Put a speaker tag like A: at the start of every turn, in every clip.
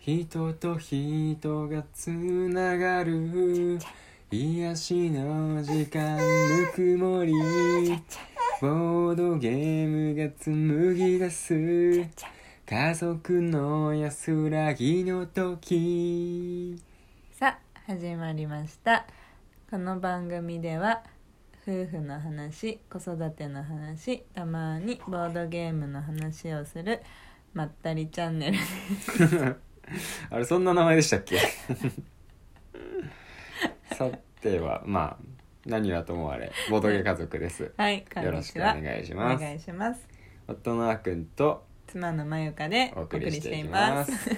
A: 人と人がつながる癒しの時間ぬくもりボードゲームが紡ぎ出す家族の安らぎの時
B: さあ始まりましたこの番組では夫婦の話子育ての話たまにボードゲームの話をするまったりチャンネルです
A: あれそんな名前でしたっけ さてはまあ何はともあれボトゲ家族です よ
B: はいこん
A: ろ
B: に
A: し
B: ち
A: くお
B: は
A: 願いし
B: お
A: ます
B: 願いします
A: 夫のあくんと
B: 妻のまゆかで
A: お
B: お
A: 送
B: 送
A: り
B: り
A: し
B: してて
A: い
B: い
A: ま
B: ますす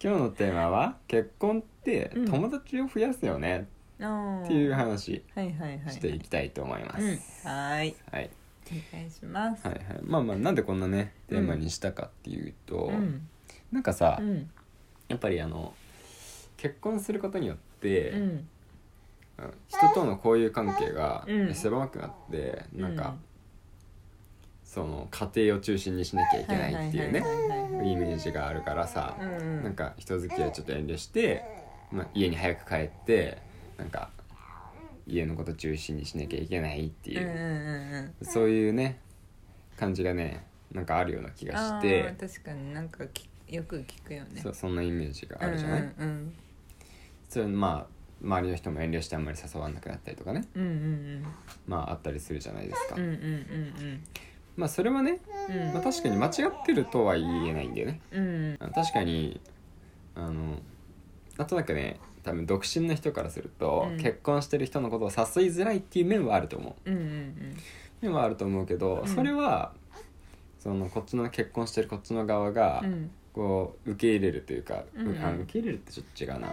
A: 今日のテーマは結婚って
B: うん
A: 友達を増やすよね
B: おー
A: っていう話
B: はいはいはい
A: していきたいと思いま
B: うんは
A: す、
B: ーい
A: はい、
B: お願いします
A: はいはいまあまあなんでこんなねテーマにしたかっていうと、
B: うん
A: なんかさ、
B: うん
A: やっぱりあの結婚することによって、
B: うん
A: うん人との交友関係が
B: うん
A: 狭くなって、なん
B: う
A: か
B: ん
A: その家庭を中心にしなきゃいけないっていうね
B: ははいはいはい
A: イメージがあるからさ、
B: うん
A: なんか人付き合いちょっと遠慮して、まあ、家に早く帰ってなんか家のこと中心にしなきゃいけないってい
B: うんうん
A: う、
B: うんうん
A: そういうね感じがねなんかあるような気がし
B: あ
A: て
B: ー、確かになんかきよく聞くよね
A: そうそんなイメージがあるじゃない、
B: うん
A: それまあ周りの人も遠慮してあんまり誘わなくなったりとかね
B: うんうん
A: まああったりするじゃないですか、
B: うんうんうんうん
A: まあそれはね、
B: うんうん
A: まあ、確かに間違ってるとは言えないんだよね
B: うん
A: あの確かにあのなんとなくね多分独身の人からすると、
B: うん
A: 結婚してる人のことを誘いづらいっていう面はあると思う
B: うんうん
A: 面はあると思うけど、
B: うん
A: それはそのこっちの結婚してるこっちの側が、
B: うん
A: こう受け入れるというか、
B: うんうん
A: あの受け入れるってちょっと違うな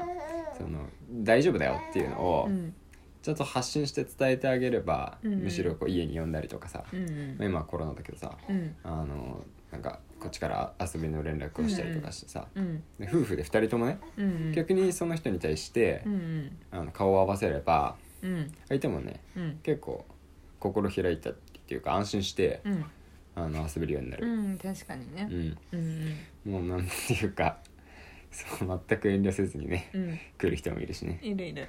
A: その大丈夫だよっていうのを
B: うん
A: ちゃんと発信して伝えてあげれば、
B: うんうん
A: むしろこう家に呼んだりとかさ、
B: うん
A: まあ今はコロナだけどさ
B: うん
A: あのなんかこっちから遊びの連絡をしたりとかしてさ、
B: うん
A: で夫婦で2人ともね
B: うん
A: 逆にその人に対して
B: う、ん
A: あの顔を合わせれば
B: うんうん
A: 相手もね
B: うん
A: 結構心開いたっていうか安心して、
B: うん
A: あの遊べるようにな
B: う
A: る、
B: ん確かにね
A: うん
B: うん
A: もうなんていうか そう全く遠慮せずにね
B: うんうん
A: 来る人もいるしね、
B: いるいる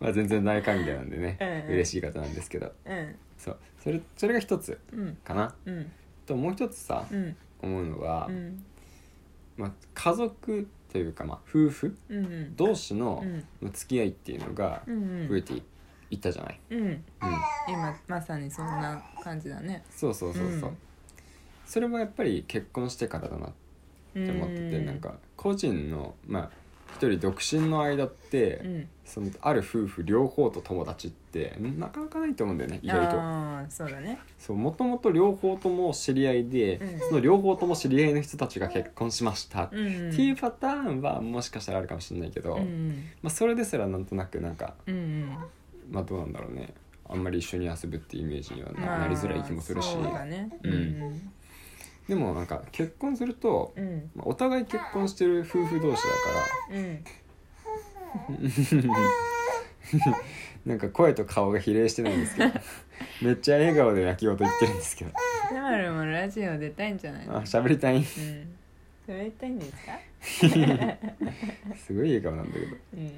A: まあ、全然大歓迎なんでね、
B: うんうん
A: 嬉しい方なんですけど
B: うん
A: そうそれそれが一つ
B: うん
A: かな
B: うん
A: ともう一つさ、
B: うん
A: 思うのが、
B: うん
A: まあ、家族というか、まあ、夫婦
B: うん
A: 同士の
B: うん
A: 付き合いっていうのが
B: うん
A: 増えていったじゃない、
B: うん
A: うん、
B: 今まさにそんな感じだね
A: そうそうそうそう、
B: うん
A: それもやっぱり結婚してからだなっ
B: う
A: て
B: ん
A: 思ってて、なんか個人のまあ一人独身の間って、
B: うん
A: そのある夫婦両方と友達ってなかなかないと思うんだよね意外と
B: ああそうだね
A: そうもともと両方とも知り合いで、
B: うん
A: その両方とも知り合いの人たちが結婚しました、
B: う
A: っ
B: ん
A: ていうパターンはもしかしたらあるかもしれないけど、
B: うんうん
A: まあ、それですらなんとなくなんか
B: うんうん
A: まあどうなんだろうねあんまり一緒に遊ぶってイメージにはな,、
B: まあ
A: りづらい気もするし、
B: そうだね
A: うんでもなんか結婚すると、
B: うん
A: まあ、お互い結婚してる夫婦同士だから
B: うん
A: なんか声と顔が比例してないんです けどめっちゃ笑顔で泣き言言ってるんですけど
B: でまるもラジオ出たいんじゃない
A: あ
B: の
A: 喋りたい
B: うんそれ言いたいんですか
A: すごい笑顔なんだけど、
B: うん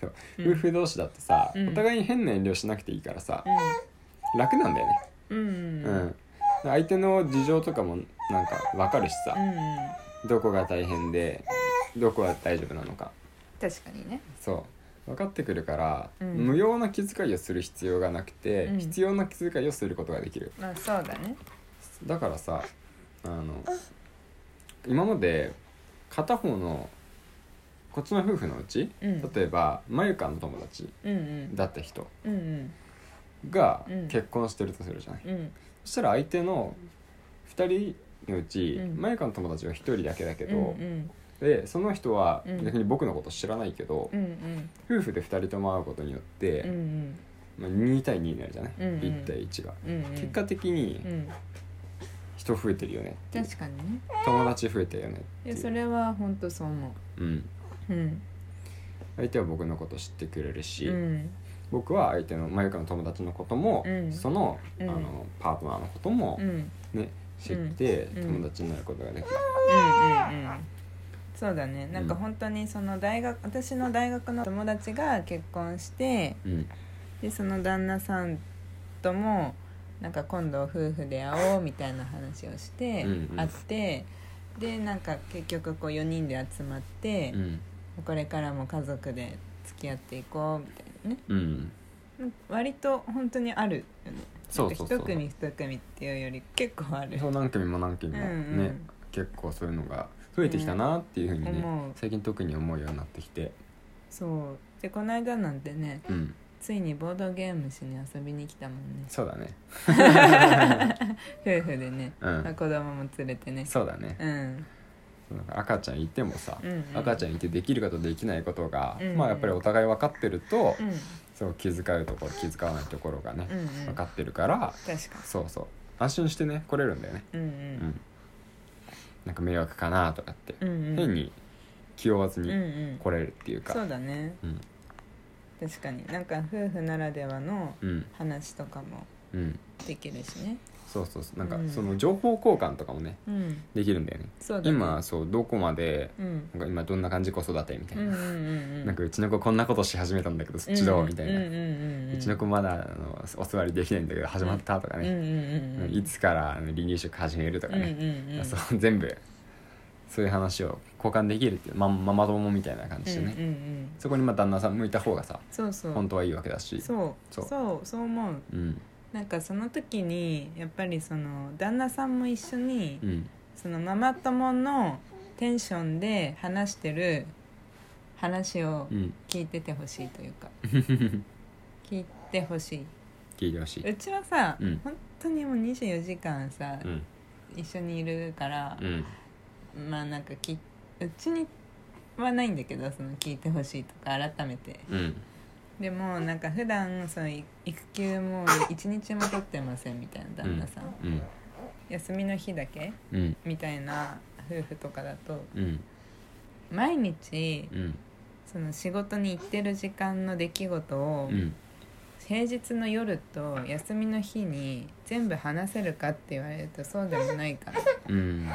A: そう
B: うん
A: 夫婦同士だってさ、
B: うん
A: お互いに変な遠慮しなくていいからさ、楽なんだよね
B: うんうん
A: うん、相手の事情とかもなんか分かるしさ、
B: うん
A: どこが大変でどこは大丈夫なのか
B: 確かにね
A: そう分かってくるから、
B: うん
A: 無用な気遣いをする必要がなくて、
B: うん
A: 必要な気遣いをすることができる
B: まあそうだね
A: だからさあの今まで片方のこっちの夫婦のうち、
B: うん
A: 例えばまゆかの友達
B: うんうん
A: だった人
B: うんうん
A: が
B: うん
A: 結婚してるとするじゃない、
B: うん
A: そしたら相手の2人のうち
B: うん
A: まゆかの友達は1人だけだけど、
B: うん
A: でその人は
B: うん
A: 逆に僕のこと知らないけど
B: うんう、ん
A: 夫婦で2人とも会うことによって、
B: うんうん
A: まあ、2対2になるじゃない、
B: うんうん
A: 1対1が、
B: うんうん
A: 結果的に
B: うん
A: 人増えてるよねっていう
B: 確かにね
A: 友達増えてるよねっ
B: い
A: てい
B: や
A: う
B: それは本当そう思
A: うん、
B: ううん
A: 相手は僕のこと知ってくれるし、
B: うん
A: 僕は相手のまゆかの友達のことも、
B: うん
A: その,、
B: うん
A: あのパートナーのことも
B: う、ん
A: ね知って
B: うん
A: 友達になることができる、
B: うんうんうんそうだねなんか本当にその大学私の大学の友達が結婚して
A: うん
B: でその旦那さんともなんか今度夫婦で会おうみたいな話をして
A: うんうん
B: 会ってでなんか結局こう4人で集まって
A: う、ん
B: これからも家族で付き合っていこうみたいなね
A: うん
B: うん割と本当にあるよね
A: そうそうそう
B: なんか一組二組っていうより結構ある
A: そう何組も何組もね、
B: うんうん
A: 結構そういうのが増えてきたなっていうふうにね、
B: 思う
A: 最近特に思うようになってきて
B: そうでこの間なんてね
A: うん
B: ついにボードゲームしに遊びに来たもんね
A: そうだね
B: 夫婦でね、
A: うん
B: まあ、子供も連れてね
A: そうだね
B: う、ん
A: なんか赤ちゃんいてもさ、
B: うんうん
A: 赤ちゃんいてできることできないことが、
B: うんうん
A: まあやっぱりお互い分かってると、
B: うん
A: そう気遣うところ気遣わないところがね、
B: うんう
A: 分
B: ん
A: かってるから
B: 確か
A: そうそう安心してね来れるんだよね、
B: にう
A: う
B: んうん
A: ん、なんか迷惑かなとかって、
B: うんうん
A: 変に気負わず
B: うん
A: に
B: うん
A: 来れるっていうか
B: そうだね
A: うん
B: 確かになんか夫婦ならではの
A: うん
B: 話とかも
A: うん
B: できるしね
A: そうそうそうなんか
B: うん
A: その情報交換とかもね
B: うん
A: できるんだよね
B: そうだね
A: 今そうどこまで
B: うん
A: なんか今どんな感じ子育てみたい
B: うん
A: な、
B: うんうん
A: なんかうちの子こんなことし始めたんだけどそっちどうみたいな、
B: う
A: うん
B: うんうんうん
A: ちの子まだあのお座りできないんだけど始まったとか
B: うんうん
A: ね、
B: うんうん
A: いつからあの離乳食始めるとか
B: うんう
A: ね、
B: んうん
A: そう全部そういう話を交換できるっていうマママ友みたいな感じでね、
B: うんうんうん
A: そこにまあ旦那さん向いた方がさ
B: そうそう
A: 本当はいいわけだし
B: そう
A: そ
B: そううそう思う
A: うん
B: なんかその時にやっぱりその旦那さんも一緒に、
A: うん
B: そのママ友のテンションで話してる話を
A: うん
B: 聞いててほしい というか、聞いてほしい
A: 聞いてほしいう
B: ちはさ、
A: うん
B: 本当にもう24時間さ、
A: うん
B: 一緒にいるから
A: う、ん
B: まあなんかきうちにはないんだけどその聞いてほしいとか改めて
A: うん
B: でもなんか普段そのい育休も一日も取ってませんみたいな旦那さん、
A: うん
B: 休みの日だけ
A: うん
B: みたいな夫婦とかだと
A: うん
B: 毎日
A: うん
B: その仕事に行ってる時間の出来事を、
A: うん
B: 平日の夜と休みの日に全部話せるかって言われるとそうでもないから
A: うん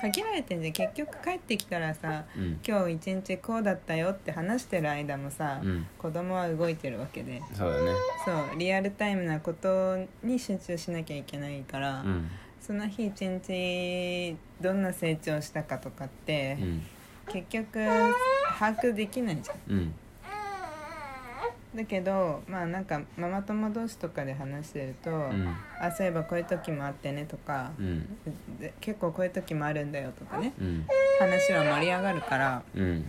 B: 限られてんじゃん結局帰ってきたらさ
A: うん
B: 今日一日こうだったよって話してる間もさ、
A: うん
B: 子供は動いてるわけで
A: そうだね
B: そうリアルタイムなことに集中しなきゃいけないから、
A: うん
B: その日一日どんな成長したかとかって、
A: うん
B: 結局把握できないじゃん
A: うん
B: だけどまあなんかママ友同士とかで話してると、
A: うん
B: あそういえばこういう時もあってねとか、
A: うん
B: で結構こういう時もあるんだよとかね
A: うん
B: 話は盛り上がるから
A: うん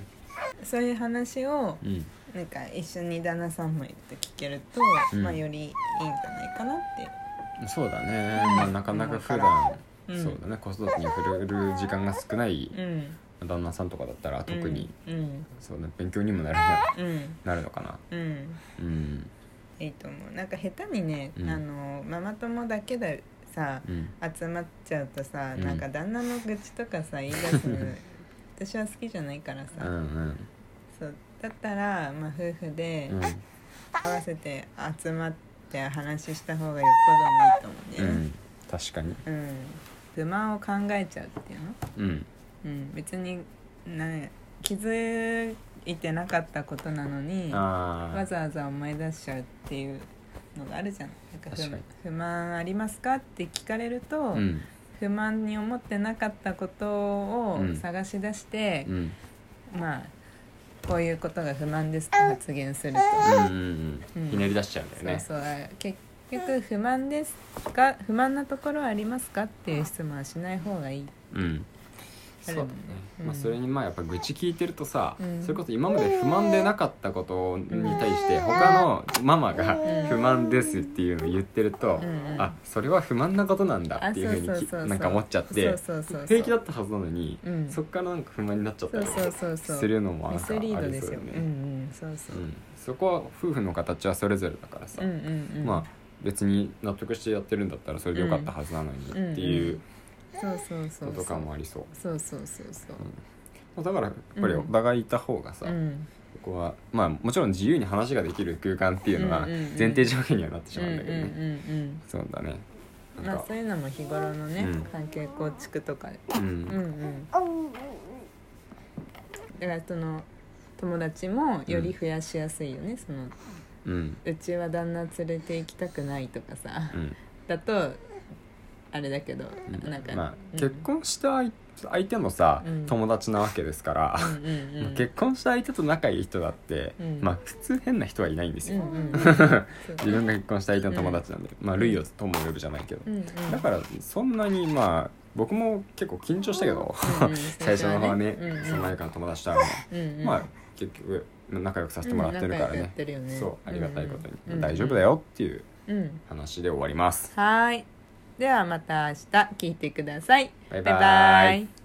B: そういう話を
A: うん
B: なんか一緒に旦那さんもいて聞けると、
A: うん
B: まあよりいいんじゃないかなって
A: そうだね、まあ、なかなか普段、
B: うん
A: そうだね子育てに触れる時間が少ない
B: うん
A: 旦那さんとかだったら特に、
B: うん
A: そうね勉強にもなるな
B: うん
A: なるのかな
B: うん
A: うん
B: いいと思うなんか下手にね、
A: うん
B: あのママ友だけでさ
A: うん
B: 集まっちゃうとさ、
A: うん
B: なんか旦那の愚痴とかさ言い出す の私は好きじゃないから
A: う
B: さ、
A: んうん
B: そうだったら、まあ、夫婦で
A: うん
B: 合わせて集まって話した方がよっぽどもいいと
A: う
B: 思うね
A: ん確かに
B: うん、不満を考えちゃうっていうの、
A: うん
B: うん、別になん気づいてなかったことなのに
A: あ
B: わ
A: あ
B: ざわざ思い出しちゃうっていうのがあるじゃんなんか
A: 確
B: 不
A: かに
B: 不満ありますかって聞かれると、
A: うん
B: 不満に思ってなかったことを
A: うん
B: 探し出して
A: う、ん
B: まあこういうことが不満ですって発言すると、
A: うんうんう
B: うんん
A: ひねり出しちゃうんだよね
B: そうそう結局不満ですか不満なところはありますかっていう質問はしない方がいい
A: うんそ
B: あ
A: う
B: る
A: だ
B: も
A: ね
B: んね、
A: まあ、
B: うん
A: それにまあやっぱ愚痴聞いてるとさ、
B: うん
A: それこそ今まで不満でなかったことに対して他のママが
B: う
A: 「
B: ん
A: 不満です」っていうのを言ってると、
B: うんうん
A: あそれは不満なことなんだっていうふうに
B: あそうそう
A: き
B: そうそう
A: なんか思っちゃって
B: そうそうそうそう
A: 平気だったはずなのに、
B: うん
A: そっからなんか不満になっちゃった
B: そう
A: り
B: そうそうそう
A: するのもなん
B: ミ
A: かあ
B: ス
A: り
B: リ
A: そ
B: ー
A: う
B: ド
A: よ
B: ですよ
A: ね、
B: うんうんそうそううん
A: そこは夫婦の形はそれぞれだからさ、
B: うんうんうん
A: まあ別に納得してやってるんだったらそれでよかったはずなのに
B: うん
A: っていう
B: そうそうそ
A: こ
B: う
A: ととかもありそう。
B: そうそうそうそう
A: まあだからやっぱり
B: うん
A: お互いいた方がさ、
B: うん
A: ここはまあもちろん自由に話ができる空間っていうのは
B: うんうんうん
A: 前提条件にはなってし
B: うん
A: ま
B: う
A: うん
B: ん
A: だけどね、
B: うん
A: そうだねな
B: ま
A: ん
B: あ
A: か
B: そういうのも日頃のね、
A: うん
B: 関係構築とかで
A: う
B: うん
A: ん
B: うんだからその友達もより増やしやすいよね、その
A: うん
B: うちは旦那連れて行きたくないとかさ、
A: うん
B: だとあれだけど、なんか、
A: まあ
B: うん
A: 結婚した相相手もさ
B: うん
A: 友達なわけですから
B: うんうんうん、
A: 結婚した相手と仲いい人だって
B: うん
A: まあ普通変な人はいないんです
B: うん
A: よ
B: うんうん、そ うだ
A: 自分が結婚した相手の友達なんでまあ類を友を呼ぶじゃないけど
B: うんうん、
A: だからそんなにまあ僕も結構緊張したけど
B: うんうん
A: 最初の方はね
B: うんうん
A: その前からの友達と会うの
B: うんうん
A: まあ結局仲良くさせてもらってるから
B: うん仲良くやっ
A: ね
B: てるよね
A: そうありがたいことに、
B: うんうん
A: 大丈夫だよっていう
B: うん
A: 話で終わります、
B: はーいではまた明日聞いてください
A: バイバイ
B: バイバイ